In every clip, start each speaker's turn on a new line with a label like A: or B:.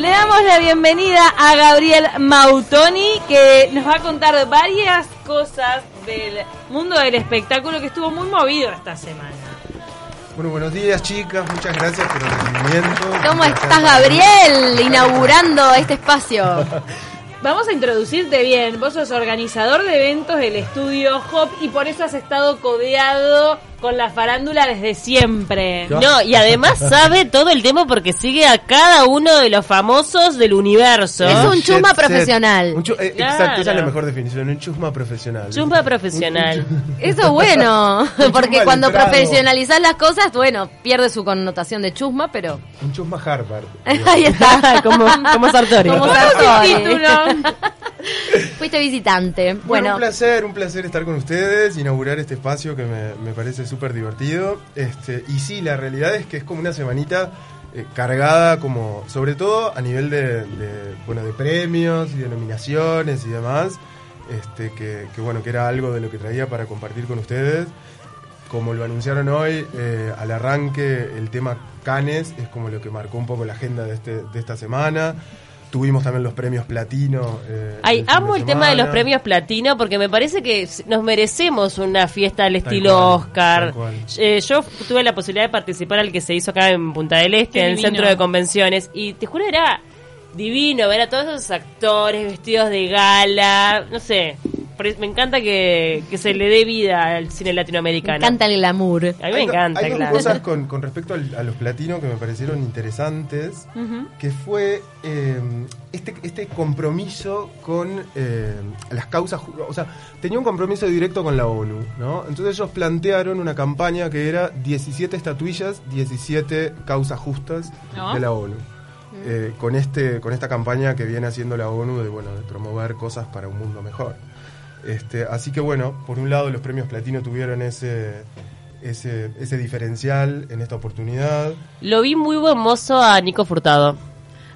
A: damos la bienvenida a Gabriel Mautoni, que nos va a contar varias cosas del mundo del espectáculo que estuvo muy movido esta semana.
B: Bueno, buenos días chicas, muchas gracias por el recibimiento.
C: ¿Cómo estás, Gabriel? Inaugurando este espacio.
A: Vamos a introducirte bien. Vos sos organizador de eventos del estudio Hop y por eso has estado codeado con la farándula desde siempre.
D: No, y además sabe todo el tema porque sigue a cada uno de los famosos del universo.
C: Es un
B: Jet
C: chusma
B: set.
C: profesional.
B: Un chu- eh,
D: Claro.
B: Exacto, esa es la mejor definición, un chusma profesional.
D: Chumba profesional.
C: Eso es bueno,
B: chusma
C: porque
B: al
C: cuando
B: entrado.
C: profesionalizás las cosas, bueno, pierde su connotación de chusma, pero
B: Un chusma Harvard.
C: ahí está.
D: como, como Sartori.
C: Como
A: ¿Cómo es
C: Sartori.
A: el título?
C: Fuiste visitante.
B: Bueno,
C: Bueno,
B: un placer, un placer estar con ustedes, inaugurar este espacio que me, me parece súper divertido. Este, y sí, la realidad es que es como una semanita eh, cargada como, sobre todo a nivel de, de, bueno, de premios y de nominaciones y demás, este, que, que, bueno, que era algo de lo que traía para compartir con ustedes. Como lo anunciaron hoy, eh, al arranque el tema Canes es como lo que marcó un poco la agenda de, este, de esta semana. Tuvimos también los premios platino. eh,
D: Ay,
B: del fin
D: amo el tema de los
B: semana.
D: premios platino porque me parece que nos merecemos una fiesta al estilo
B: cual,
D: Oscar.
B: tal cual.
D: Eh, yo tuve la posibilidad de participar al que se hizo acá en Punta del Este,
A: Qué
D: en el
A: divino.
D: centro de convenciones, y te juro era divino ver a todos esos actores vestidos de gala, no sé, Por- me encanta que, que se le dé vida al cine
C: me
D: latinoamericano.
C: encanta el glamour.
D: A mí me
B: Hay do-
D: encanta,
B: Hay dos
D: claro.
B: cosas con, con respecto al- a los platinos que me parecieron interesantes, que fue eh, este, este compromiso con eh, las causas, ju- o sea, tenía un compromiso directo con la ONU, ¿no? Entonces ellos plantearon una campaña que era 17 estatuillas, 17 causas justas
A: No. Mm.
B: de la ONU. Eh, con este con esta campaña que viene haciendo la ONU de bueno de promover cosas para un mundo mejor este, así que bueno, por un lado los premios platino tuvieron ese, ese, ese diferencial en esta oportunidad.
D: Lo vi muy buen mozo a Nico Furtado.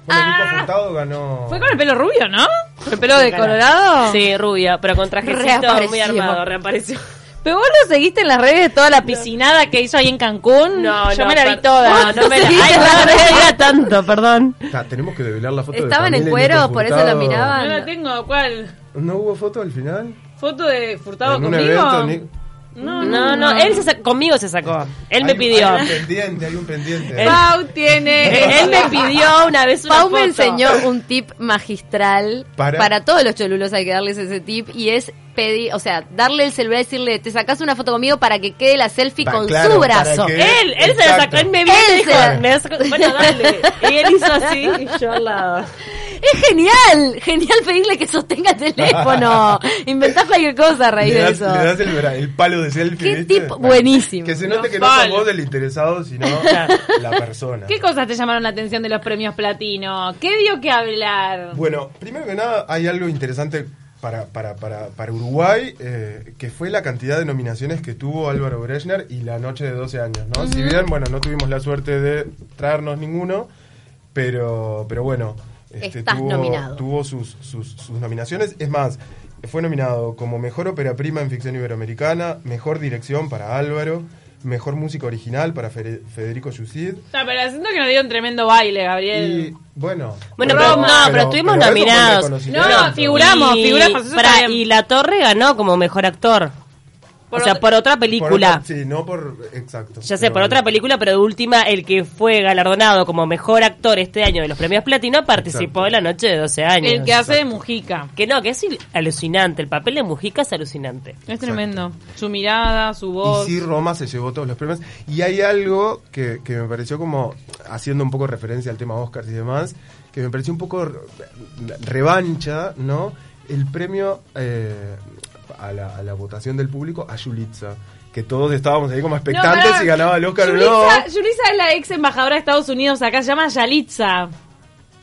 B: Bueno,
A: Ah.
B: Nico Furtado ganó...
A: Fue con el pelo rubio, ¿no? Con el pelo de colorado.
D: Sí, rubia, pero con trajecito
C: Reapareció.
D: muy armado, reapareció.
A: Pero vos lo seguiste en las redes toda la piscinada que hizo ahí en Cancún.
D: No,
A: Yo
D: no,
A: me la vi
D: per-
A: toda.
D: No, no me la... Ay,
C: Sí,
D: no, no
C: la
D: me diga tanto, perdón.
B: Ta, tenemos que develar la foto de
C: Estaban en
B: Pamela y
C: cuero,
B: Nico
C: por eso
B: Furtado.
C: lo miraban.
A: No la tengo, ¿cuál?
B: ¿No hubo foto al final?
A: ¿Foto de Furtado
B: en un
A: conmigo?
B: evento... Ni-
A: No,
D: No, no, él se sa- conmigo se sacó. Él me
B: Hay-
D: pidió.
B: Hay un pendiente, hay un pendiente.
A: Pau tiene.
D: Él me pidió una vez una
C: Pau me
D: foto.
C: enseñó un tip magistral
B: Para.
C: para. todos los cholulos hay que darles ese tip y es pedir, o sea, darle el celular y decirle, te sacas una foto conmigo para que quede la selfie
B: Pa-
C: con
B: claro,
C: su
B: para
C: brazo.
B: que-
D: Él, él se la
B: Exacto.
D: sacó, él me vio y
C: Él
D: dijo,
C: se la-
D: me la sacó. Bueno, dale. Y él hizo así y yo al lado.
C: Es genial, genial pedirle que sostenga el teléfono. Inventás cualquier cosa a raíz
B: le,
C: de
B: das,
C: eso.
B: le das el, bra- el palo de selfie.
C: Qué
B: ¿viste?
C: tipo- buenísimo.
B: Que se note
A: Nos
B: que no sos
A: vale.
B: vos el interesado, sino
D: Claro.
B: la persona.
A: ¿Qué cosas te llamaron la atención de los premios platino? ¿Qué dio que hablar?
B: Bueno, primero que nada, hay algo interesante para, para, para, para Uruguay, eh, que fue la cantidad de nominaciones que tuvo Álvaro Brechner y la noche de 12 años, ¿no? Si bien, bueno, no tuvimos la suerte de traernos ninguno, pero, pero bueno, este,
C: Estás
B: tuvo,
C: nominado.
B: tuvo sus, sus, sus nominaciones. Es más, fue nominado como Mejor Ópera Prima en Ficción Iberoamericana, Mejor Dirección para Álvaro, Mejor Música Original para Fere- Federico Yucid.
A: No, pero siento que nos dio un tremendo baile, Gabriel.
B: Y bueno,
D: Bueno, pero, no, pero,
B: pero
D: estuvimos
B: eso fue un
D: nominados.
B: reconocimiento.
A: No, figuramos,
D: Y-
A: figuramos, eso
D: pará,
A: está bien.
D: y La Torre ganó como mejor actor.
A: Por
D: o sea,
A: otra-
D: por otra película.
B: Por otra- sí, no por. Exacto.
D: Ya sé,
B: Pero
D: por otra película, pero de última, el que fue galardonado como mejor actor este año de los premios Platino participó
B: Exacto.
D: de la noche de 12 años.
A: El que hace de Mujica.
D: Que no, que es il- alucinante. El papel de Mujica es alucinante.
A: Es tremendo. Su mirada, su voz.
B: Y sí, Roma se llevó todos los premios. Y hay algo que, que me pareció como, haciendo un poco referencia al tema Oscars y demás, que me pareció un poco re- revancha, ¿no? El premio eh, a, la, a la votación del público a Yulitza. Que todos estábamos ahí como expectantes
A: No, pará.
B: si ganaba el Oscar o
A: Yulitza,
B: no.
A: Yulitza es la ex embajadora de Estados Unidos acá, se llama Yalitza.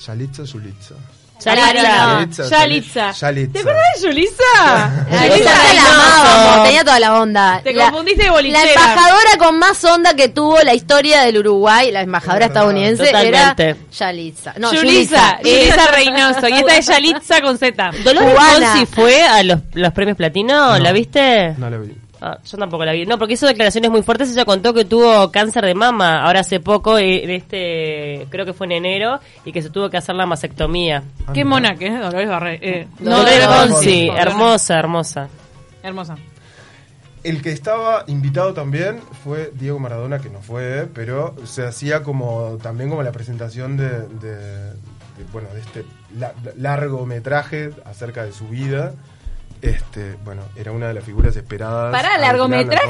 B: Yalitza, Yulitza.
C: Claro.
A: Yalitza.
B: Yalitza,
A: Yalitza.
B: Yalitza.
A: ¿Te acuerdas de Yulitza?
C: Ay,
A: Yulitza
C: esa la
A: Reynoso.
C: amábamos, tenía toda la onda.
A: Te
C: La-
A: confundiste de
C: La
A: bolichera.
C: embajadora con más onda que tuvo la historia del Uruguay, la embajadora
B: Es verdad.
C: estadounidense,
D: Totalmente.
C: era Yalitza. No,
A: Yulitza.
C: Yulisa.
A: Yulitza Reynoso. Y esta es Yalitza con Z.
D: Dolores
C: Cubana.
D: Fonsi fue a los, los premios Platino, ¿la viste?
B: No la vi.
D: Ah, yo tampoco la vi. No, porque hizo declaraciones muy fuertes. Ella contó que tuvo cáncer de mama ahora hace poco, eh, en este, creo que fue en enero, y que se tuvo que hacer la mastectomía.
B: Ah,
A: Qué
B: mirá.
A: mona que es Dolores Barre. eh,
D: No,
A: Dolores
B: Dolores
A: Fonsi.
D: sí, hermosa, hermosa.
A: Hermosa.
B: El que estaba invitado también fue Diego Maradona, que no fue, pero se hacía como también como la presentación de, de- de, bueno de este la- largometraje acerca de su vida. Este, bueno, era una de las figuras esperadas.
E: Pará,
B: al final, la
E: largometraje.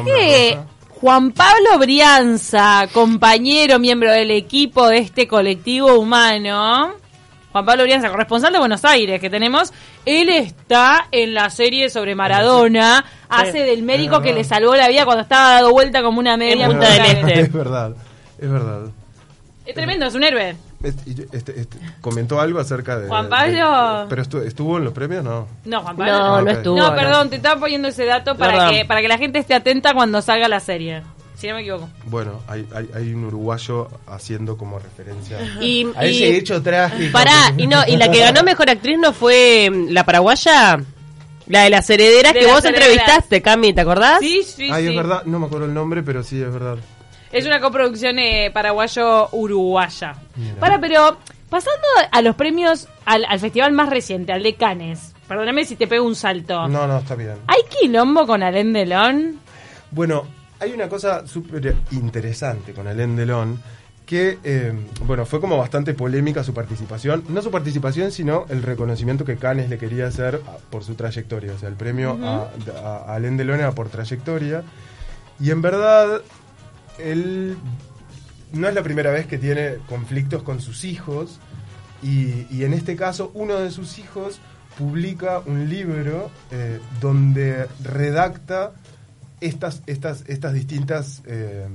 B: alfombra roja.
A: Juan Pablo Brianza, compañero, miembro del equipo de este colectivo humano. Juan Pablo Brianza, corresponsal de Buenos Aires que tenemos. Él está en la serie sobre Maradona. Hace del médico que le salvó la vida cuando estaba dado vuelta como una media.
D: En Punta
A: por la
D: del
A: vez.
D: Este.
B: Es verdad, es verdad.
A: Es tremendo, es un héroe.
B: Este- y- este- este, comentó algo acerca de.
A: Juan Pablo.
B: de- pero estu- estuvo en los premios, no.
A: No, Juan Pablo.
D: No,
B: Ah,
D: no
B: ok.
D: estuvo.
A: No, perdón, te estaba poniendo ese dato para
D: Perdón.
A: que, para que la gente esté atenta cuando salga la serie. Si no me equivoco.
B: Bueno, hay, hay, hay un uruguayo haciendo como referencia.
D: Y,
F: A
D: y-
F: ese hecho trágico.
D: pará, y no, y la que ganó mejor actriz no fue mm, la paraguaya, la de las herederas
A: De
D: que
A: las
D: vos
A: herederas.
D: entrevistaste, Cami, ¿te acordás?
A: Sí, sí,
B: ¿Ah? Ay,
A: sí.
B: es verdad, no me acuerdo el nombre, pero sí, es verdad.
A: Es una coproducción eh, paraguayo-uruguaya.
B: Mira.
A: Para, pero pasando a los premios, al, al festival más reciente, al de Cannes. Perdóname si te pego un salto.
B: No, no, está bien.
A: ¿Hay quilombo con Alain Delon?
B: Bueno, hay una cosa súper interesante con Alain Delon, que, eh, bueno, fue como bastante polémica su participación. No su participación, sino el reconocimiento que Cannes le quería hacer a- por su trayectoria. O sea, el premio a, a- a Alain Delon era por trayectoria. Y en verdad, él no es la primera vez que tiene conflictos con sus hijos. Y, y en este caso, uno de sus hijos publica un libro eh, donde redacta estas, estas, estas distintas eh,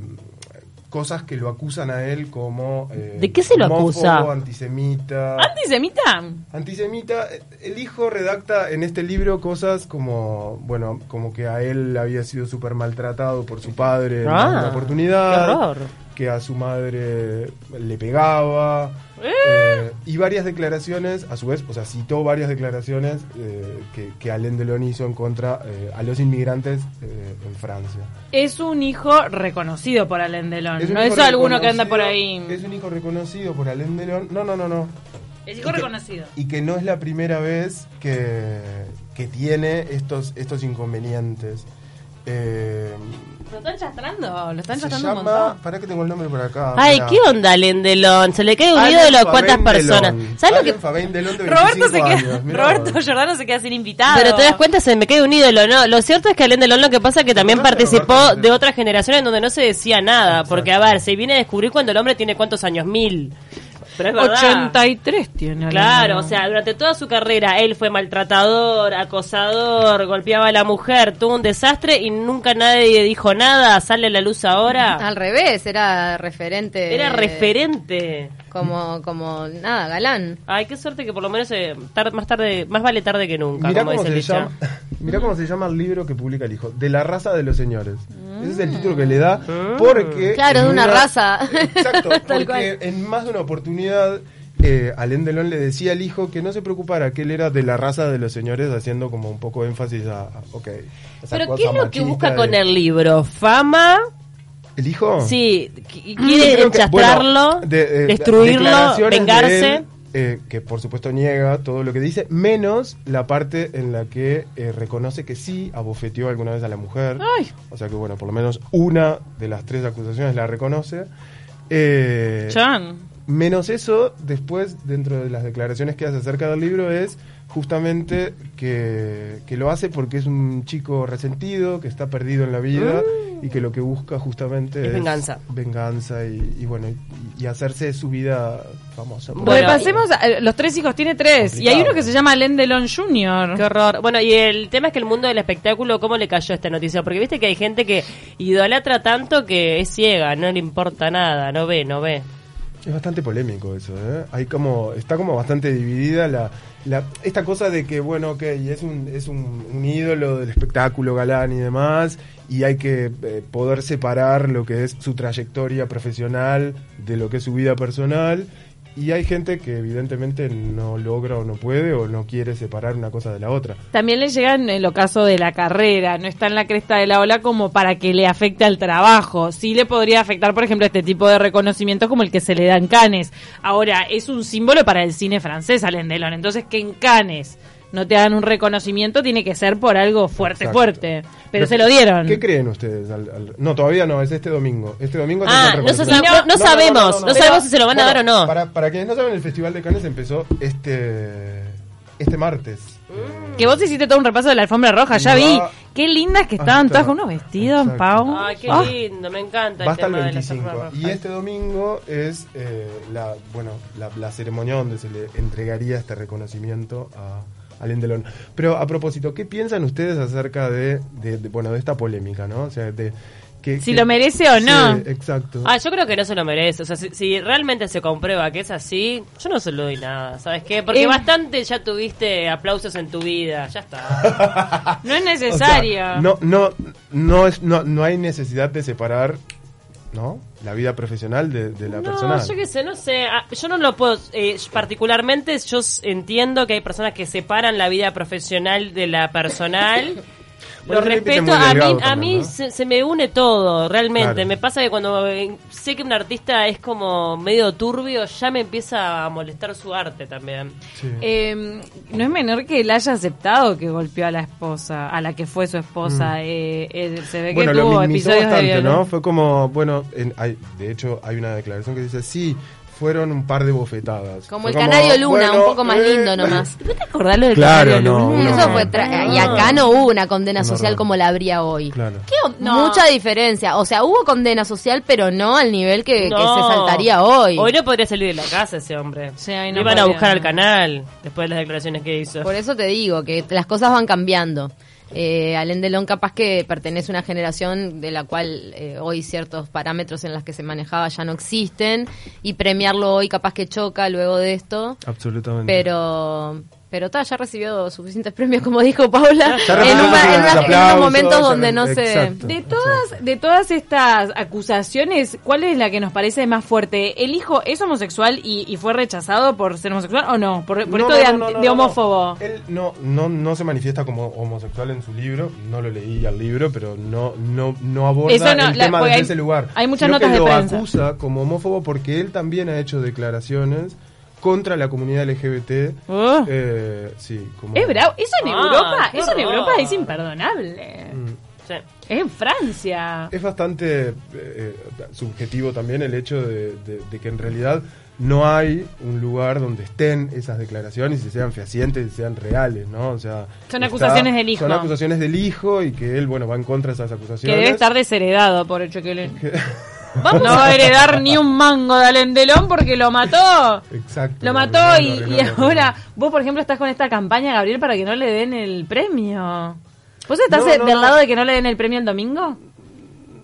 B: cosas que lo acusan a él como... eh,
D: ¿De qué se lo
B: homófobo,
D: acusa?
B: Antisemita.
A: ¿Antisemita?
B: Antisemita, el hijo redacta en este libro cosas como, bueno, como que a él había sido súper maltratado por su padre en
D: Ah,
B: una oportunidad,
D: qué horror.
B: que a su madre le pegaba, eh, y varias declaraciones, a su vez, o sea, citó varias declaraciones eh, que, que Alain Delon hizo en contra eh, a los inmigrantes eh, en Francia.
A: Es un hijo reconocido por Alain Delon.
B: un
A: Ah, no
B: hijo
A: es alguno que anda
B: reconocido-
A: por ahí.
B: Es un hijo reconocido por Alain Delon. No, no, no, no.
A: Es hijo
B: Y que-
A: reconocido.
B: Y que no es la primera vez que, que tiene estos, estos inconvenientes. Eh,
A: ¿Lo están chastrando? ¿Lo están
B: se
A: chastrando un
B: llama.
A: montón?
B: ¿Para que tengo el nombre por acá?
D: Ay,
B: mirá.
D: ¿qué onda, Lendelón? Se le cae un ídolo a
B: Allen
D: cuántas
B: Fabián
D: personas.
B: Delon.
D: ¿Sabes lo
B: Allen
D: que
B: Fabián Delon de
A: Roberto, se
B: 25
A: queda,
B: años, mirá
A: Roberto
B: vos.
A: Giordano se queda sin invitado.
D: Pero te das cuenta, se me cae un ídolo, ¿no? Lo cierto es que Alain Delon lo que pasa es que también
B: Roberto,
D: participó
B: Roberto.
D: de otra generación en donde no se decía nada. Porque, a ver, se viene a descubrir cuando el hombre tiene cuántos años, mil. Pero es verdad.
A: 83 tiene. Alain
D: Claro, o
A: Delon.
D: sea, durante toda su carrera él fue maltratador, acosador, golpeaba a la mujer, tuvo un desastre y nunca nadie dijo nada. Sale a la luz ahora.
C: Al revés, era referente.
D: Era referente.
C: Como, como, nada, galán.
D: Ay, qué suerte que por lo menos eh, tar- más tarde, más vale tarde que nunca.
B: Mirá
D: como
B: cómo,
D: dice
B: se
D: el dicho.
B: llama, mirá cómo se llama el libro que publica el hijo, De la raza de los señores. Ese es
D: Mm.
B: el título que le da
D: Ah.
B: porque...
C: Claro,
B: en
C: de una raza.
B: Exacto, porque
C: cual.
B: en más de una oportunidad eh, Alain Delon le decía al hijo que no se preocupara, que él era de la raza de los señores, haciendo como un poco énfasis a... a- ok, esa
D: Pero
B: cosa
D: ¿qué es lo que
B: machista
D: busca
B: de-
D: con el libro? ¿Fama?
B: ¿El hijo?
D: Sí, qu-
B: Yo
D: quiere
B: creo que,
D: enchastrarlo,
B: bueno, de- de-
D: destruirlo,
B: declaraciones de
D: vengarse.
B: él, eh, que por supuesto niega todo lo que dice, menos la parte en la que eh, reconoce que sí abofeteó alguna vez a la mujer. O sea que, bueno, por lo menos una de las tres acusaciones la reconoce. Eh,
A: Chan.
B: Menos eso, después, dentro de las declaraciones que hace acerca del libro, es justamente que, que lo hace porque es un chico resentido, que está perdido en la vida y que lo que busca justamente
D: Es
B: es,
D: venganza.
B: venganza y, y bueno, y, y hacerse su vida famosa.
D: Bueno,
A: Bueno, pasemos a- eh, los tres hijos, tiene tres. Y hay uno que se llama Alain Delon Jr.
D: Qué horror. Bueno, y el tema es que el mundo del espectáculo, ¿cómo le cayó esta noticia? Porque viste que hay gente que idolatra tanto que es ciega, no le importa nada, no ve, no ve.
B: Es bastante polémico eso, ¿eh? Hay como, está como bastante dividida la, la- esta cosa de que, bueno, ok, es un, es un, un ídolo del espectáculo galán y demás, y hay que eh, poder separar lo que es su trayectoria profesional de lo que es su vida personal, Y hay gente que evidentemente no logra o no puede o no quiere separar una cosa de la otra.
A: También le llegan el ocaso de la carrera, no está en la cresta de la ola como para que le afecte al trabajo. Sí le podría afectar, por ejemplo, este tipo de reconocimientos como el que se le da en Cannes. Ahora, es un símbolo para el cine francés, Alain Delon. Entonces, que en Cannes no te hagan un reconocimiento tiene que ser por algo fuerte,
B: Exacto.
A: fuerte. Pero, se lo dieron.
B: ¿Qué creen ustedes? al- al- No, todavía no, es este domingo. Este domingo
D: Ah,
B: tendrán
D: no, se
B: reconocimiento.
D: sabe- no sabemos, no, sabemos si se lo van a dar o
B: Bueno,
D: no.
B: Para, para quienes no saben, el Festival de Cannes empezó este, este martes.
D: Mm.
B: Eh,
A: Que vos hiciste todo un repaso de la alfombra roja, ya
B: No.
A: vi. Qué lindas que estaban
B: Hasta-
A: todas con unos vestidos,
B: Exacto.
A: Pau.
D: Ay, qué
A: Ah.
D: lindo, me encanta
B: Va
D: el
B: hasta el
D: tema de las alfombras
B: 25.
D: rojas.
B: Y este domingo es eh, la, bueno, la, la ceremonia donde se le entregaría este reconocimiento a Alain Delon. Pero a propósito, ¿qué piensan ustedes acerca de, de- de- bueno, de esta polémica, no? O sea, de que,
A: Si
B: que-
A: lo merece o no.
B: Sí, exacto.
D: Ah, yo creo que no se lo merece. O sea, si, si realmente se comprueba que es así, yo no se lo doy nada, ¿sabes qué? Porque
A: Eh.
D: bastante ya tuviste aplausos en tu vida, ya está.
A: No es
B: O sea,
A: necesario.
B: no, no, no, es, no, no hay necesidad de separar, ¿no? La vida profesional de, de la
D: no,
B: personal.
D: yo qué sé, no sé. Ah, Yo no lo puedo. eh, particularmente, yo s- entiendo que hay personas que separan la vida profesional de la personal.
B: Bueno,
D: Lo
B: es un límite muy
D: respeto, a mí,
B: delgado
D: a
B: también,
D: mí
B: ¿no?
D: se, se me une todo, realmente.
B: Claro.
D: Me pasa que cuando eh, sé que un artista es como medio turbio, ya me empieza a molestar su arte también.
B: Sí.
A: Eh, no es menor que él haya aceptado que golpeó a la esposa, a la que fue su esposa. Eh, eh, se ve que
B: Mm. Bueno, lo
A: tuvo
B: minimizó
A: episodios de
B: bastante, ¿no?
A: violencia.
B: Fue como, bueno, en- hay- de hecho hay una declaración que dice, sí, fueron un par de bofetadas.
C: Como
B: Fue
C: el canario Luna,
B: bueno,
C: un poco más
B: eh,
C: lindo nomás.
A: ¿Vos te acordás lo del
B: Claro,
A: canario
B: no,
A: Luna?
B: no.
C: Eso fue tra- y acá no hubo una condena
B: Un
C: social
B: horror.
C: como la habría hoy.
B: Claro.
A: No.
C: Mucha diferencia. O sea, hubo condena social, pero no al nivel que, que
D: No.
C: se saltaría hoy.
D: Hoy no podría salir de la casa ese hombre.
A: Sí, ahí
D: Lo
A: no
D: iban a
A: podría,
D: buscar al
A: no.
D: canal después de las declaraciones que hizo.
C: Por eso te digo que las cosas van cambiando. Eh, Alain Delon capaz que pertenece a una generación de la cual eh, hoy ciertos parámetros en las que se manejaba ya no existen y premiarlo hoy capaz que choca luego de esto.
B: Absolutamente.
C: Pero pero ta, ya recibió suficientes premios como dijo Paula
B: Ya
C: en,
B: recibió
C: una- en una- en
B: aplausos,
C: unos momentos
B: ya
C: donde
B: re-
C: no se...
B: exacto.
A: De todas, de todas estas acusaciones, ¿cuál es la que nos parece más fuerte? ¿El hijo es homosexual y, y fue rechazado por ser homosexual o no? Por, por
B: No,
A: esto de,
B: no,
A: an-
B: no, no,
A: de
B: no, no.
A: homófobo.
B: Él no, no, no se manifiesta como homosexual en su libro, no lo leí al libro, pero no, no, no aborda
A: Eso no,
B: el
A: la-
B: tema
A: porque
B: desde
A: hay-
B: ese lugar.
A: hay muchas
B: Sino que
A: notas de
B: lo
A: prensa.
B: acusa como homófobo porque él también ha hecho declaraciones contra la comunidad LGBT.
A: Oh.
B: eh, sí, como-
A: Es bravo. Eso en
D: Ah,
A: Europa,
D: qué
A: eso en
D: horror.
A: Europa es imperdonable.
B: Mm.
D: Sí.
A: Es en Francia.
B: Es bastante eh, eh, subjetivo también el hecho de, de- de que en realidad no hay un lugar donde estén esas declaraciones y sean fehacientes y sean reales, ¿no? O sea,
A: Son acusaciones del hijo.
B: Son acusaciones del hijo y que él, bueno, va en contra de esas
A: Que
B: acusaciones.
A: debe estar desheredado, por hecho que Vamos no va a heredar ni un mango de Alendelón porque lo mató.
B: Exacto.
A: Lo mató
B: arruinó,
A: y,
B: lo
A: y
B: arruinó, lo
A: ahora
B: arruinó.
A: vos, por ejemplo, estás con esta campaña, Gabriel, para que no le den el premio. ¿Vos estás
B: No,
A: eh,
B: no,
A: del
B: no.
A: lado de que no le den el premio el domingo?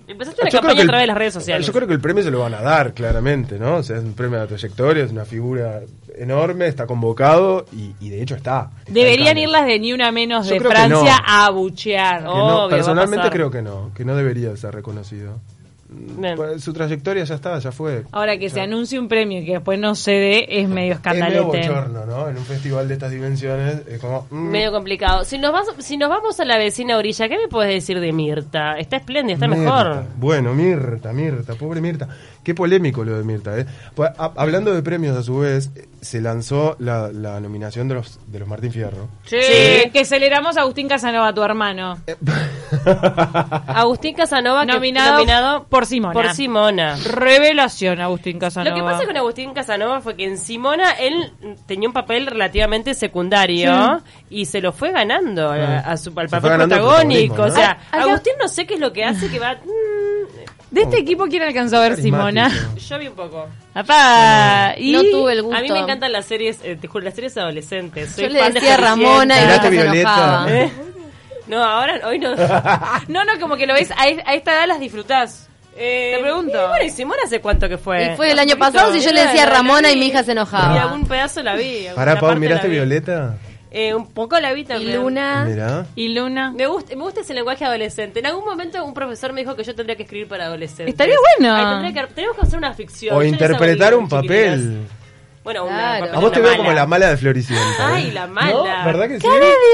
D: Empezaste una
B: Yo creo
D: campaña
B: que
D: a
B: el-
D: través de las redes sociales.
B: Yo creo que el premio se lo van a dar, claramente, ¿no? O sea, es un premio de trayectoria, es una figura enorme, está convocado y, y de hecho está. Está en
A: Deberían
B: Cannes.
A: ir las de ni una menos
B: Yo
A: de
B: creo que
A: Francia
B: no.
A: a abuchear.
B: Que no,
D: Obvio, va a
B: personalmente
D: pasar.
B: creo que no, que no debería ser reconocido.
D: Bien.
B: Pues, Su trayectoria ya está, ya fue.
A: Ahora que se anuncie un premio y que después no se dé, es medio
B: Es medio
A: escandalete.
B: bochorno, ¿no? En un festival de estas dimensiones es como... mm,
D: Medio complicado. Si nos, vas, si nos vamos a la vecina orilla, ¿qué me puedes decir de Mirta? Está espléndida, está
B: Mirta.
D: mejor.
B: Bueno, Mirta, Mirta, pobre Mirta. Qué polémico lo de Mirta, ¿eh? Pues, a- hablando de premios, a su vez, eh, se lanzó la, la nominación de los, de los Martín Fierro.
A: Sí, que celebramos a Agustín Casanova, tu hermano.
B: Eh.
D: Agustín Casanova, que-
A: Nominado por Simona.
D: Por Simona.
A: Revelación, Agustín Casanova.
D: Lo que pasa con Agustín Casanova fue que en Simona él tenía un papel relativamente secundario y se lo fue ganando a- a su,
B: Se
D: al
B: fue
D: papel
B: ganando el
D: protagónico. O
B: protagonismo,
D: sea,
A: ¿no?
D: Agustín no sé qué es lo que hace que va... mm,
A: De este equipo, ¿quién alcanzó a ver Simona?
B: Oh. Carismático.
D: yo vi un poco.
A: Apá, Ah, y...
C: No tuve el gusto.
D: A mí me encantan las series, eh, te juro, las series adolescentes. Soy
C: Yo le
D: fan de
C: decía a Ramona y
B: Cenicienta.
C: nunca se
B: Miraste Violeta.
C: enojaba.
D: ¿Eh? No, ahora, hoy no.
A: No, no, como que lo ves, a, es- a esta edad las disfrutás.
D: Eh,
A: Te pregunto.
D: y bueno, y Simona hace cuánto que fue.
C: Y fue el año pasado si yo le decía a Ramona y mi hija se
D: Y
C: enojaba.
D: algún pedazo la vi. alguna
B: Pará, Pau, este
D: parte
B: ¿miraste
D: la vi.
B: Violeta?
D: Eh, un poco la vi
C: Y
D: también.
C: Luna...
B: Mirá.
A: Y Luna.
D: Me gusta, me gusta ese lenguaje adolescente. En algún momento un profesor me dijo que yo tendría que escribir para adolescentes.
A: Estaría bueno.
D: Ay, tendría que- tenemos que hacer una ficción.
B: O
D: Yo les
B: interpretar
D: abrigo,
B: un
D: chiquilinas.
B: papel.
D: Bueno, una,
C: Claro.
D: papelona
B: A vos te veo
D: mala.
B: como la mala de Floricienta.
D: Ay,
B: ¿eh?
D: la
B: ¿No?
D: mala.
B: ¿Verdad que sí?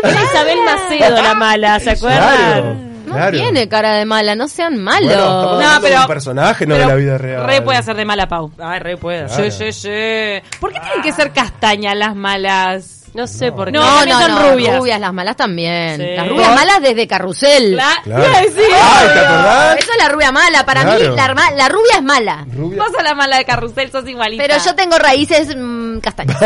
D: Era Isabel Macedo la mala, ¿se
B: Claro.
D: acuerdan?
C: No
B: claro.
C: tiene cara de mala, no sean malos.
B: Bueno, estamos
A: No,
B: hablando de
A: pero-
B: un personaje, no de
A: Pero
B: la vida real.
A: Re puede hacer de mala Pau.
D: Ay, re puedo.
B: Claro.
A: Sí, sí, sí. ¿Por qué tienen que ser castañas las malas?
D: No sé por qué.
A: No,
C: No,
A: también
C: no,
A: son
C: no,
A: rubias.
C: rubias. las malas también.
D: Sí.
C: Las rubias malas desde carrusel.
B: Claro.
A: Iba a decir,
B: Ay, ¿te acordás?
C: Eso es la rubia mala. Para
B: Claro.
C: mí, la, arma- la rubia es mala.
B: Rubia.
A: Vos sos la mala de carrusel, sos igualita.
C: Pero yo tengo raíces mm, castañas.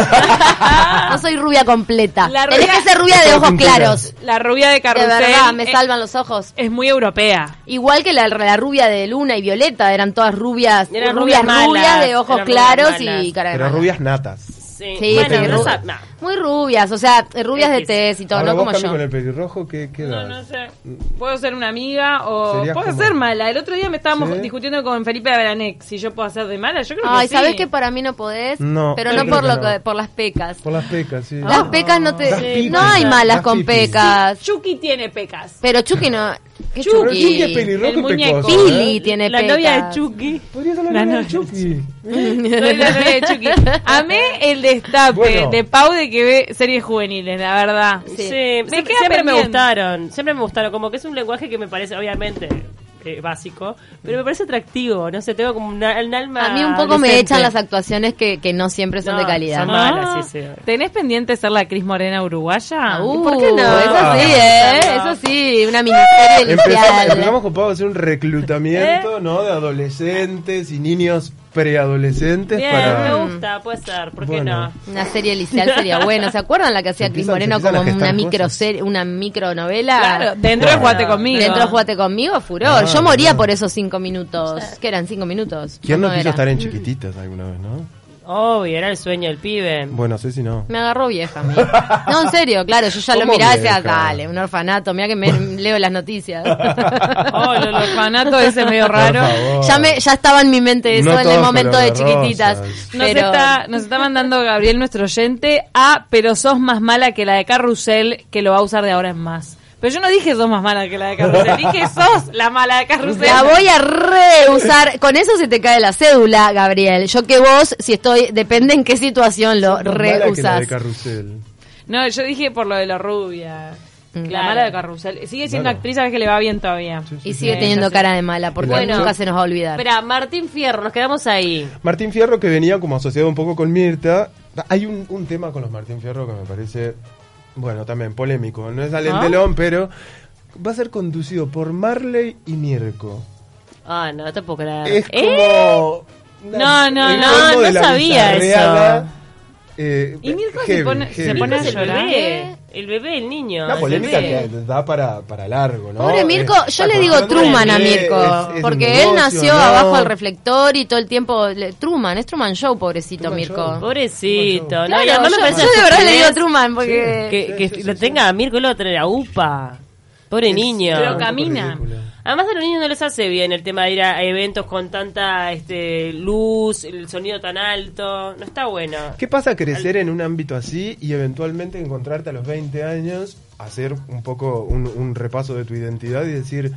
C: no soy rubia completa.
A: La
C: Tenés
A: rubia-
C: que ser rubia de
B: Esa
C: ojos
B: pintura.
C: claros.
A: La rubia de
C: De
A: carrusel.
C: verdad, me
A: es-
C: salvan los ojos.
A: Es muy europea.
C: Igual que la, la rubia de Luna y Violeta, eran todas rubias,
D: Eran
C: rubias,
D: rubias malas,
C: rubias de ojos
D: eran rubias
C: claros
D: malas.
C: y cara de
B: Pero
C: mala.
B: rubias natas.
D: Sí,
C: Sí,
D: bueno,
C: pero
D: no
C: ru-
D: sab- no.
C: muy rubias, o sea, rubias de
D: X.
C: tez y todo,
B: Ahora
C: no
B: vos,
C: como
B: Cami,
C: yo.
B: con el pelirrojo, ¿qué, qué
A: No,
B: das?
A: no sé. Puedo ser una amiga o
B: Serías
A: puedo
B: como-
A: ser mala. El otro día me estábamos
B: Sí.
A: discutiendo con Felipe Abranec si yo puedo hacer de mala. Yo creo
C: Ay,
A: que
C: ¿sabés
A: sí.
C: que para mí no podés?
B: No,
C: pero
B: yo
C: no
B: creo
C: por,
B: que
C: lo
B: no.
C: que- por las pecas.
B: Por las pecas, sí.
C: Las pecas no te...
B: Las pipis,
C: no hay
B: las-
C: malas
B: las
C: con
B: pipis.
C: pecas.
A: Chucky tiene pecas.
C: Pero Chucky no... ¿Qué
B: Pero Chucky.
C: Chucky?
B: es pelirrojo
A: El
B: y pecoso.
A: muñeco.
B: ¿eh?
C: Pili tiene
A: la
C: pecas.
A: novia de Chucky.
B: Podría ser la
A: La
B: novia de
A: novia.
B: Chucky.
A: Soy la novia de Chucky. Amé el destape
B: Bueno.
A: de Pau de que ve series juveniles, la verdad.
D: Sí,
C: Sí.
D: siempre,
A: Me queda
D: siempre me
A: pendiente.
D: gustaron, siempre me gustaron, como que es un lenguaje que me parece, obviamente, eh, básico, pero me parece atractivo, no sé, tengo como un, a- un alma...
C: A mí un poco me
D: adolescente.
C: echan las actuaciones que, que no siempre son
D: No,
C: de calidad.
D: son Mala, sí, sí.
A: Ah. ¿Tenés pendiente ser la Cris Morena uruguaya?
C: Ah, uh,
A: ¿Por qué no?
B: Ah.
C: Eso sí, ¿eh? Eso sí, una miniserie
B: Empezamos,
C: inicial.
B: empezamos con Pablo a hacer un reclutamiento, ¿no? De adolescentes y niños preadolescentes
D: Bien,
B: para...
D: me gusta, puede ser, ¿por qué
B: Bueno.
D: no?
C: Una serie inicial sería bueno. ¿Se acuerdan la que hacía
B: Se
C: Cris
B: empiezan- se
C: Moreno
B: empiezan
C: como
B: a gestar
C: una micro
B: cosas.
C: una micronovela?
A: Claro, dentro de
B: Claro.
A: Jugate Conmigo.
C: Dentro de Jugate Conmigo, furor.
B: Claro,
C: Yo moría
B: claro.
C: por esos cinco minutos. ¿Qué eran cinco minutos?
B: ¿Quién no
C: no
B: quiso
C: era.
B: estar en chiquititas alguna vez, no?
D: Obvio, era el sueño del pibe.
B: Bueno, sé si no.
C: Me agarró vieja a mí. No, en serio, claro. Yo ya lo
B: ¿Cómo
C: miraba y decía,
B: vieja?
C: dale, un orfanato. Mira que me leo las noticias.
A: Oh, el orfanato ese medio
B: Por
A: raro.
B: favor.
C: Ya, me, ya estaba en mi mente eso
B: No
C: en
B: todos
C: el momento
B: color
C: de
B: de
C: chiquititas.
B: rosas.
A: Nos,
C: Pero-
A: está, nos está mandando Gabriel, nuestro oyente, a Pero sos más mala que la de Carrusel, que lo va a usar de ahora en más. Pero yo no dije sos más mala que la de Carrusel, dije sos la mala de Carrusel.
C: La voy a reusar. Con eso se te cae la cédula, Gabriel. Yo que vos, si estoy, depende en qué situación lo
B: Más mala que la de
C: reusas.
B: carrusel.
A: No, yo dije por lo de la rubia. La
C: Mm. Claro.
A: mala de Carrusel. Sigue siendo
B: Claro.
A: actriz, sabes que le va bien todavía.
C: Y sigue
A: Sí,
C: teniendo
A: ya sé.
C: cara de mala, porque
B: Bueno.
C: nunca se nos va a olvidar.
D: Espera, Martín Fierro, nos quedamos ahí.
B: Martín Fierro que venía como asociado un poco con Mirta. Hay un, un tema con los Martín Fierro que me parece, bueno, también polémico. No es
A: ¿Ah?
B: Alendelón, pero va a ser conducido por Marley y Mirko.
D: Ah, no, tampoco era...
B: Es como...
A: ¿Eh? No, no,
B: el
A: no,
B: colmo
D: no
B: de la
D: sabía
B: bizarreada,
D: eso.
B: eh,
A: Y Mirko se
B: heavy,
A: pone- se
B: heavy.
A: pone a
D: Es el
A: llorar.
D: bebé, el bebé, el niño.
B: Una
D: el
B: polémica
D: bebé.
B: que da para, para largo, ¿no?
C: Pobre Mirko,
B: Es-
C: yo
B: la
C: le digo
B: construcción
C: Truman a
B: de-
C: Mirko,
B: es- es un
C: porque él
B: negocio,
C: nació
B: ¿no?
C: abajo del reflector y todo el tiempo... le- Truman, es Truman Show, pobrecito
B: Truman
C: Mirko.
B: Show.
D: Pobrecito. No, y
C: Claro,
D: además me
C: yo,
D: parece
C: yo de
D: una
C: verdad le digo
D: estupidez
C: Truman, porque...
D: Que, que lo tenga a Mirko y lo tener a UPA. Pobre niño.
A: Pero
B: un poco
A: camina.
B: ridículo.
D: Además a los niños no les hace bien el tema de ir a eventos con tanta este, luz, el sonido tan alto. No está bueno.
B: ¿Qué pasa crecer en un ámbito así y eventualmente encontrarte a los 20 años, hacer un poco un, un repaso de tu identidad y decir,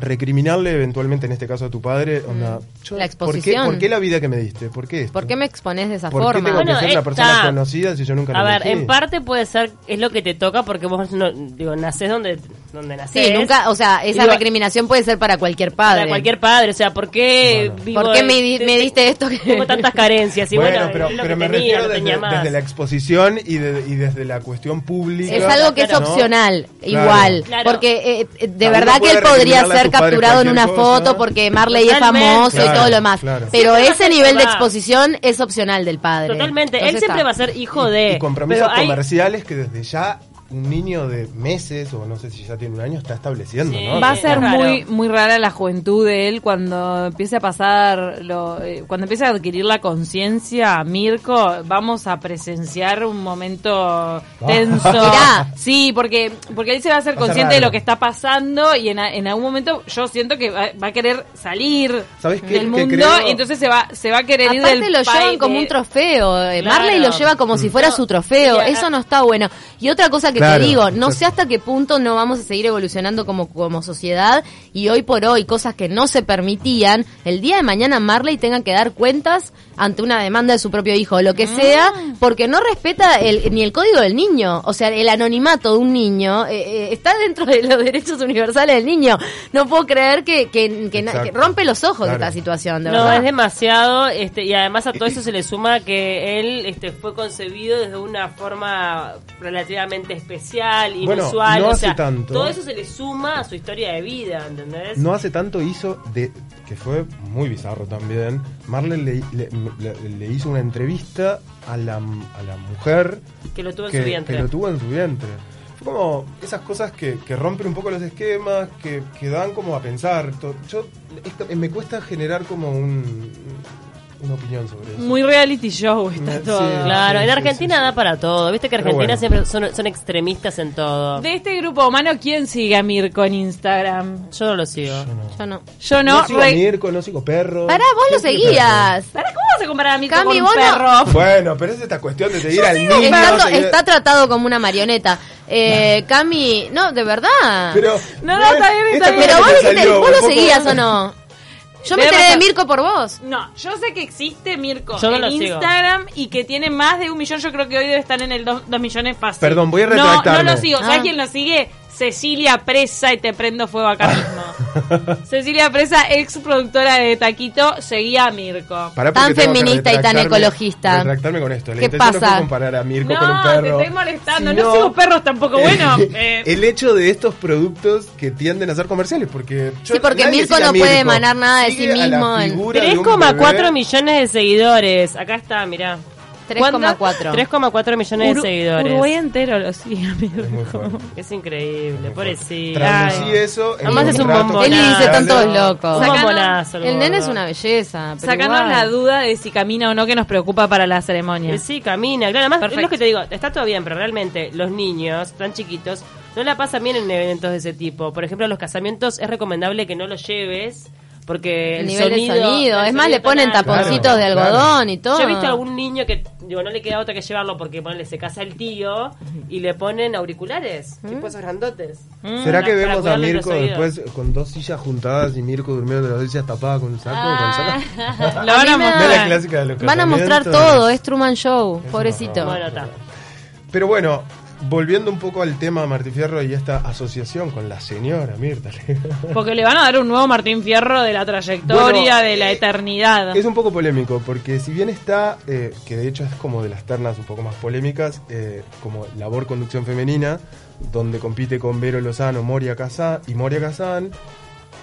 B: recriminarle eventualmente en este caso a tu padre, onda, yo-
C: Mm. La
B: ¿por
C: exposición.
B: qué, por qué la vida que me diste? ¿Por qué esto?
C: ¿Por qué me expones de esa
B: ¿Por qué
C: forma?
B: tengo
D: Bueno,
B: que ser una
D: está.
B: persona conocida si yo nunca la
D: A ver,
B: elegí?
D: en parte puede ser, es lo que te toca porque vos no, digo, nacés donde, donde nacés.
C: Sí, nunca, o sea, esa
D: Digo,
C: recriminación puede ser para cualquier padre.
D: Para cualquier padre, o sea, ¿por qué,
B: Bueno.
D: vivo-
C: ¿Por qué me di-
D: te-
C: me diste esto que-
D: Tengo tantas carencias. Y
B: bueno,
D: bueno,
B: pero,
D: es lo
B: pero
D: que
B: me
D: tenía,
B: refiero
D: no
B: desde,
D: tenía más.
B: desde la exposición y, de- y desde la cuestión pública.
C: Es algo que es
B: Claro.
C: opcional,
B: Claro.
C: igual.
D: Claro.
C: Porque eh, eh, de
B: Uno
C: verdad que
B: puede
C: él podría
B: recriminarle a
C: ser
B: sus padres
C: capturado en una
B: cualquier cosa.
C: foto porque Marley
D: Totalmente.
C: es famoso y
B: Claro,
C: todo lo demás.
B: claro.
C: Pero
D: Siempre va a
C: ese
D: ser
C: nivel de
D: verdad.
C: exposición es opcional del padre.
D: Totalmente, él
C: Entonces
D: siempre
C: está.
D: va a ser hijo de.
B: Y compromisos
D: pero hay-
B: comerciales que desde ya un niño de meses o no sé si ya tiene un año está estableciendo,
D: Sí.
B: ¿no?
A: Va a
D: Sí,
A: ser
D: es raro.
A: muy muy rara la juventud de él cuando empiece a pasar, lo, eh, cuando empiece a adquirir la conciencia, Mirko, vamos a presenciar un momento tenso.
C: Mirá.
A: Sí, porque porque él se va a hacer
B: Ah. Va a ser
A: consciente de
B: raro.
A: lo que está pasando y en, a- en algún momento yo siento que va, va a querer salir
B: ¿Sabés qué?
A: del
B: Que
A: mundo
B: creo-
A: y entonces se va se va a querer ir
C: Aparte
A: del
C: lo llevan
A: país
C: como
A: de-
C: un trofeo. eh,
A: Claro.
C: Marley lo lleva como si fuera su trofeo. Eso no está bueno. Y otra cosa que que
B: Claro,
C: te digo, no
B: exacto.
C: sé hasta qué punto no vamos a seguir evolucionando como, como sociedad y hoy por hoy cosas que no se permitían, el día de mañana Marley tenga que dar cuentas ante una demanda de su propio hijo o lo que sea,
A: Ah.
C: porque no respeta el- ni el código del niño, o sea, el anonimato de un niño eh, eh, está dentro de los derechos universales del niño. No puedo creer que, que- que na- que
B: Exacto.
C: rompe los ojos de
B: Claro.
C: esta situación, de
D: No,
A: eh.
C: verdad.
D: es demasiado, este, y además a todo eso se le suma que él este, fue concebido desde una forma relativamente especial,
B: Bueno,
D: inusual,
B: no
D: o
B: hace
D: sea,
B: tanto.
D: todo eso se le suma a su historia de vida, ¿entendés?
B: No hace tanto hizo, de, que fue muy bizarro también, Marley le, le- le- le hizo una entrevista a la, a la mujer
D: que lo tuvo en
B: que,
D: su vientre.
B: que lo tuvo en su vientre. Fue como esas cosas que, que rompen un poco los esquemas, que, que dan como a pensar. To- Yo, esto- me cuesta generar como un, una opinión sobre eso.
A: Muy reality show está
B: Sí.
A: todo.
D: Claro,
B: Sí,
D: en
B: sí,
D: Argentina
B: sí, sí.
D: da para todo, viste que
B: Pero
D: Argentina
B: bueno.
D: siempre son, son extremistas en todo.
A: De este grupo humano, ¿quién sigue a Mirko en Instagram?
D: Yo no lo sigo.
B: Yo no.
C: Yo no.
A: Yo no.
B: No sigo
A: re-
B: a Mirko, no sigo perro.
C: Pará, vos lo seguías.
A: ¿Para cómo vas a comparar a Mirko
C: Cami,
A: con un
C: vos no-
A: perro?
B: Bueno, pero es esta cuestión de seguir al niño.
C: Está, to-
B: seguir-
C: está tratado como una marioneta. Eh, Cami, no, de verdad.
B: Pero,
A: No, no, está bien, está
B: esta
A: bien.
B: cosa que
C: Pero vos,
B: te
C: dijiste-
B: salió,
C: vos lo
B: tampoco-
C: seguías o no. Yo me
A: Debe
C: enteré de
A: ser-
C: Mirko por vos.
A: No, yo sé que existe Mirko
D: Yo no
A: en
D: lo sigo.
A: Instagram y que tiene más de un millón. Yo creo que hoy debe estar en el 2 millones fácil.
B: Perdón, voy a
A: No, no
B: retractarme.
A: lo sigo. ¿Sabes
C: Ah.
A: quién lo sigue? Cecilia Presa y te prendo fuego
B: Ah.
A: acá mismo. Cecilia Presa, ex productora de Taquito, seguía a Mirko.
B: Pará,
C: Tan
B: porque tengo que
C: feminista y tan
B: retractarme-
C: ecologista.
B: Retractarme con esto. La
C: ¿Qué
B: intención No
C: pasa?
B: fue comparar a Mirko con un
A: No, te
B: perro.
A: estoy molestando.
B: sino-
A: No sigo perros tampoco. Bueno, eh,
B: el hecho de estos productos que tienden a ser comerciales, porque yo-
C: Sí, porque
B: nadie
C: Mirko
B: sigue a
C: no puede emanar nada de
B: Sigue
C: sí
B: a la
C: mismo en-
B: figura de un
D: 3,4
B: bebé.
D: millones de seguidores. Acá está, mirá. ¿Cuánto?
C: 3,4.
D: 3,4 millones de
A: Uru-
D: seguidores.
A: Uruguay entero lo sigue a Mirko.
B: Es muy fuerte.
D: Es increíble, pobrecito.
B: Traducí eso en
D: Además es un
B: contrato
D: bombonazo.
C: Él dice,
B: comercial.
C: están todos locos.
D: Un
A: Sacando-
D: bombonazo,
C: El nene
D: gordo.
C: es una belleza. pero
A: Sacándonos la
C: igual.
A: duda de si camina o no que nos preocupa para la ceremonia.
D: Eh, Sí, camina, claro. Además,
A: Perfecto.
D: es lo que te digo, está todo bien, pero realmente los niños tan chiquitos no la pasan bien en eventos de ese tipo. Por ejemplo, a los casamientos es recomendable que no los lleves porque
C: El
D: el,
C: nivel
D: sonido,
C: de sonido.
D: el
C: Es más,
D: sonido
C: le ponen
D: tonal-
C: taponcitos
B: Claro,
C: de
B: claro.
C: algodón y todo.
D: Yo he visto algún niño que digo, no le queda otra que llevarlo porque ponele, se casa el tío y le ponen auriculares, tipo esos grandotes.
B: ¿Será
A: Mm,
D: Para-
B: que
D: para
B: vemos a
D: cuidarle los
B: Mirko
D: oídos.
B: después con dos sillas juntadas y Mirko durmiendo de las dos sillas tapadas con un saco? con
C: Ah.
B: saco?
A: Lo van a
C: mí me-
A: mostrar.
B: Ve la clásica de los
C: Van a mostrar
B: casamientos.
C: todo. Es Truman Show.
B: Es
C: Pobrecito.
B: una
D: Bueno, está.
B: Pero bueno, volviendo un poco al tema Martí Fierro y esta asociación con la señora Mirta.
A: Porque le van a dar un nuevo Martín Fierro de la trayectoria,
B: Bueno,
A: de la
B: eh,
A: eternidad.
B: Es un poco polémico, porque si bien está, eh, que de hecho es como de las ternas un poco más polémicas, eh, como labor conducción femenina, donde compite con Vero Lozano Moria Kazan, y Moria Kazan,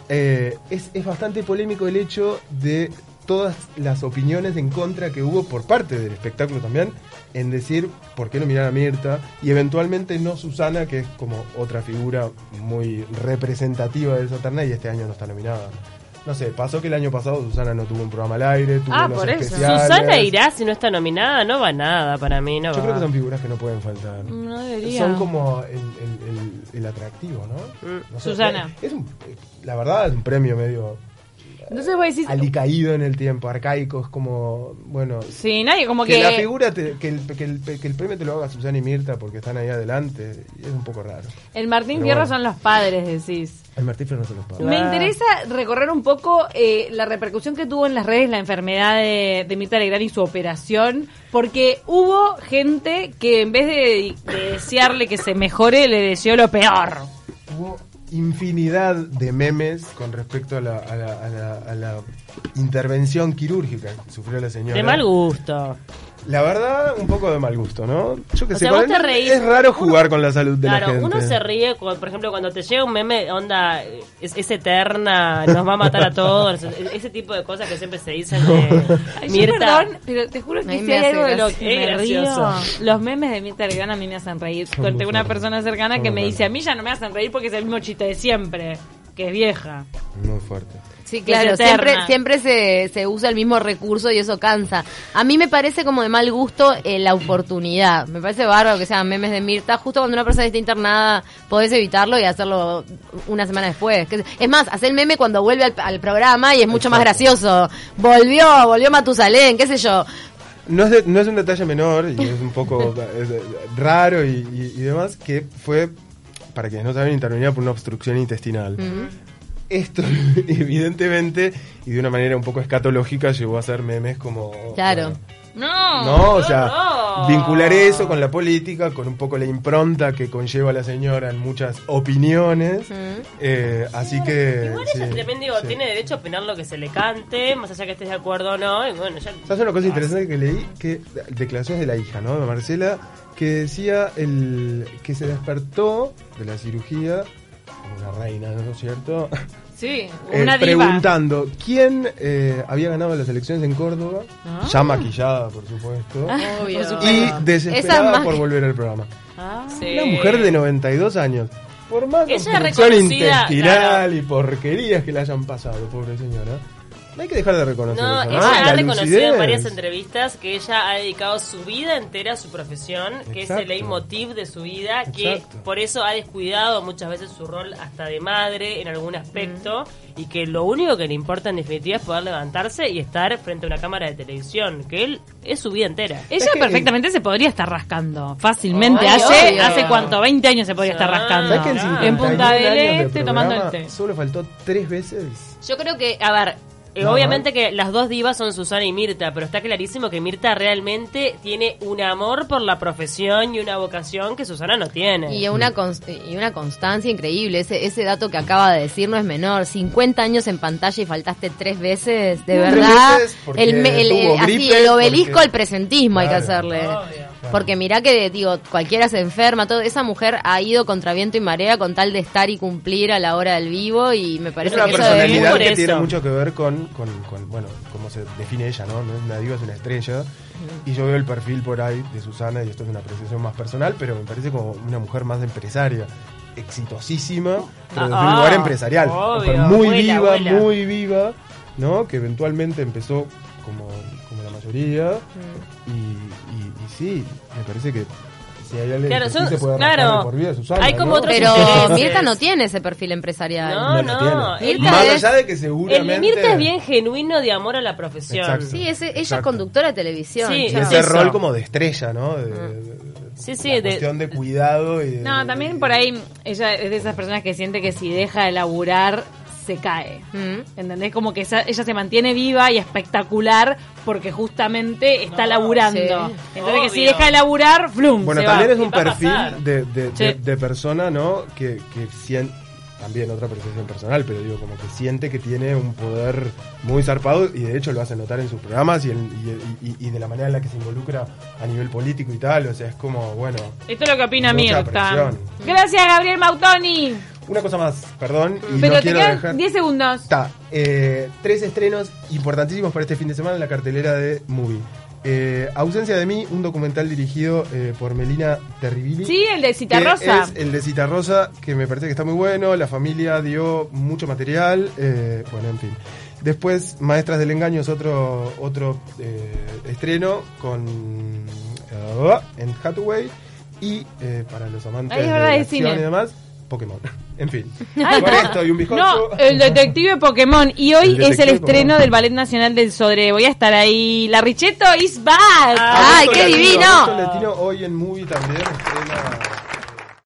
B: eh, es, es bastante polémico el hecho de todas las opiniones en contra que hubo por parte del espectáculo también, en decir por qué no mirar a Mirta, y eventualmente no Susana, que es como otra figura muy representativa de esa terna y este año no está nominada. No sé, pasó que el año pasado Susana no tuvo un programa al aire, tuvo
A: Ah,
B: unos
A: por eso.
B: especiales.
D: Susana irá si no está nominada, no va nada para mí, no
B: Yo
D: va.
B: creo que son figuras que no pueden faltar.
A: No debería.
B: Son como el, el- el- el atractivo, ¿no? No sé,
A: Mm. Susana.
B: Es un- la verdad es un premio medio
A: Entonces vos decís,
B: alicaído en el tiempo, arcaico, es como, bueno,
A: sí, nadie como
B: que,
A: que...
B: la figura, te- que, el, que el- que el premio te lo haga Susana y Mirta porque están ahí adelante, es un poco raro.
A: El Martín
B: Pero
A: Fierro
B: bueno.
A: son los padres, decís.
B: El martífero no se los paga.
A: Me
D: Ah.
A: interesa recorrer un poco eh, la repercusión que tuvo en las redes la enfermedad de, de Mirta Legrand y su operación, porque hubo gente que en vez de, de desearle que se mejore, le deseó lo peor.
B: Hubo infinidad de memes con respecto a la, a la- a la- a la intervención quirúrgica que sufrió la señora.
D: De mal gusto.
B: La verdad, un poco de mal gusto, ¿no? Yo que
D: O
B: sé,
D: sea, vos
B: con el-
D: te reís.
B: es raro jugar con la salud de la
D: Claro,
B: gente.
D: uno se ríe, cu- por ejemplo, cuando te llega un meme, onda, es, es eterna, nos va a matar a todos, e- ese tipo de cosas que siempre se dicen de
A: Ay, yo
D: Mirta.
A: perdón, pero te juro que
C: Ay,
A: si
C: me
A: hay
C: hace
A: algo de lo
C: gracia.
A: que
D: Es
A: me río,
D: gracioso.
A: los memes de Mirta Legrand a mí me hacen reír.
B: muy
A: Tengo una
B: fuertes.
A: persona cercana
B: Son
A: que
B: muy
A: me dice,
B: fuertes.
A: a mí ya no me hacen reír porque es el mismo chiste de siempre, que es vieja.
B: Muy fuerte.
C: Sí,
A: Que es
C: claro,
A: eterna.
C: siempre, siempre se, se usa el mismo recurso y eso cansa. A mí me parece como de mal gusto eh, la oportunidad. Me parece bárbaro que sean memes de Mirta. Justo cuando una persona está internada, podés evitarlo y hacerlo una semana después. Que- Es más, hacer el meme cuando vuelve al, al programa y es mucho más gracioso. Volvió, volvió Matusalén, qué sé yo.
B: No es, de- no es un detalle menor y es un poco es, eh, raro y, y- y demás, que fue, para quienes no saben, intervenida por una obstrucción intestinal. Esto, evidentemente, y de una manera un poco escatológica, llevó a ser memes como...
C: Claro.
A: No.
B: No, o
A: qué
B: sea,
A: horror.
B: vincular eso con la política, con un poco la impronta que conlleva la señora en muchas opiniones. eh, así que...
D: Igual
B: sí,
D: ella también digo,
B: sí.
D: tiene derecho a opinar lo que se le cante, más allá que estés de acuerdo o no, y bueno, ya...
B: ¿Sabes una cosa interesante que leí? Que declaraciones de la hija, ¿no? De Marcela, que decía el que se despertó de la cirugía, como una reina, ¿no es cierto?
A: Sí,
B: Eh,
A: una diva.
B: preguntando quién eh, había ganado las elecciones en Córdoba,
D: Ah.
B: ya maquillada, por supuesto,
C: Obvio.
B: y desesperada
C: Esa
B: por
C: ma-
B: volver al programa.
D: Ah.
A: Sí.
B: Una mujer de 92 años. Por más
D: Ella es
B: obstrucción
D: reconocida,
B: intestinal
D: claro.
B: y porquerías que le hayan pasado, pobre señora. No hay que dejar de reconocer
D: No,
B: eso,
D: ella
B: La
D: ha reconocido
B: lucidez.
D: en varias entrevistas que ella ha dedicado su vida entera a su profesión, que es
B: Exacto.
D: el leitmotiv de su vida,
B: Exacto.
D: que por eso ha descuidado muchas veces su rol hasta de madre en algún aspecto, y que lo único que le importa en definitiva es poder levantarse y estar frente a una cámara de televisión, que él es su vida entera.
A: Ella
B: Es que-
A: perfectamente se podría estar rascando, fácilmente.
D: Ay,
A: hace,
C: obvio.
A: hace cuánto, 20 años se podría estar
D: Ah,
A: rascando.
B: ¿Sabés
D: ¿sabes
B: que en
D: Claro.
B: 51
A: en Punta
B: años
A: del
B: de
A: Este tomando el
B: programa
A: té.
B: Solo faltó tres veces.
D: Yo creo que, a ver, eh,
B: No,
D: obviamente que las dos divas son Susana y Mirta, pero está clarísimo que Mirta realmente tiene un amor por la profesión y una vocación que Susana no tiene.
C: Y una, cons- y una constancia increíble. Ese, ese dato que acaba de decir no es menor. 50 años en pantalla y faltaste tres veces. De
B: Tres
C: verdad.
B: veces porque
C: el, me- el-
B: tuvo
C: el- así,
B: gripe,
C: el obelisco
B: porque-
C: al presentismo hay que
B: Claro.
C: hacerle. Porque mirá que, digo, cualquiera se enferma. todo Esa mujer ha ido contra viento y marea con tal de estar y cumplir a la hora del vivo. Y me
B: Es
C: parece
B: una
C: que eso debe-
B: personalidad
D: por
B: que
D: eso.
B: tiene mucho que ver con, con, con, bueno, cómo se define ella, ¿no? No es una diva, es una estrella. Y yo veo el perfil por ahí de Susana, y esto es una apreciación más personal, pero me parece como una mujer más empresaria. Exitosísima, pero desde un
D: Ah,
B: lugar empresarial.
D: obvio,
B: Mujer muy
D: abuela,
B: viva,
D: abuela.
B: muy viva, ¿no? Que eventualmente empezó como, como la mayoría. Y, y- y sí, me parece que si hay alguien
D: Claro,
B: que sí
D: son-
B: se puede
D: claro.
B: rascar de por vida, es Susana.
D: Hay como
B: ¿no?
D: otros
C: Pero
D: intereses.
C: Mirta no tiene ese perfil empresarial.
B: lo
D: No, no,
B: tiene.
D: el-
B: Más
C: es-
B: allá de que
D: El
B: seguramente.
D: de Mirta es bien genuino de amor a la profesión.
B: Exacto.
C: Sí, ese- ella es
B: Exacto.
C: conductora de televisión.
D: Sí,
B: Y
C: chao.
D: es
B: ese
D: eso.
B: rol como de estrella, ¿no? De- de-
D: Sí, sí,
B: la
D: de-
B: cuestión de cuidado y de-
A: No, también por ahí ella es de esas personas que siente que si deja de laburar se cae.
C: Mm.
A: ¿Entendés? Como que esa- ella se mantiene viva y espectacular porque justamente está laburando.
C: sí.
A: Entonces que si
D: Obvio.
A: deja de laburar, flum,
B: Bueno,
A: se
B: también
A: va.
B: es un
D: va a
B: perfil
D: pasar.
B: de, de-
A: Sí.
B: de- de persona, ¿no? Que, que sien- También otra percepción personal, pero digo, como que siente que tiene un poder muy zarpado y de hecho lo hace notar en sus programas y, en- y- y- y de la manera en la que se involucra a nivel político y tal. O sea, es como, bueno.
A: Esto es lo que opina
B: Mucha
A: Mirta.
B: presión.
A: Gracias, Gabriel Mautoni.
B: Una cosa más, perdón. Y
A: Pero
B: no
A: te
B: quiero
A: quedan
B: dejar...
A: 10 segundos.
B: Está. eh, tres estrenos importantísimos para este fin de semana en la cartelera de Movie. Eh, Ausencia de mí, un documental dirigido eh, por Melina Terribili.
A: Sí, el de
B: que
A: Citarrosa.
B: es el de Citarrosa, que me parece que está muy bueno. La familia dio mucho material. eh, bueno, en fin. Después, Maestras del Engaño es otro, otro eh, estreno con ah, en Hathaway. Y eh, para los amantes
A: Ahí es
B: de
A: verdad,
B: la
A: de
B: acción
A: cine.
B: y demás, Pokémon. En fin. Con esto y un bizcocho.
A: No, el detective Pokémon. Y hoy es
B: El
A: el
B: detective
A: estreno
B: Pokémon.
A: del Ballet Nacional del Sodre. Voy a estar ahí. La Richeto is back.
C: ¡Ay,
A: Ah,
B: Augusto
C: qué
B: Latino,
C: divino!
B: Augusto Latino hoy en Movie también estrena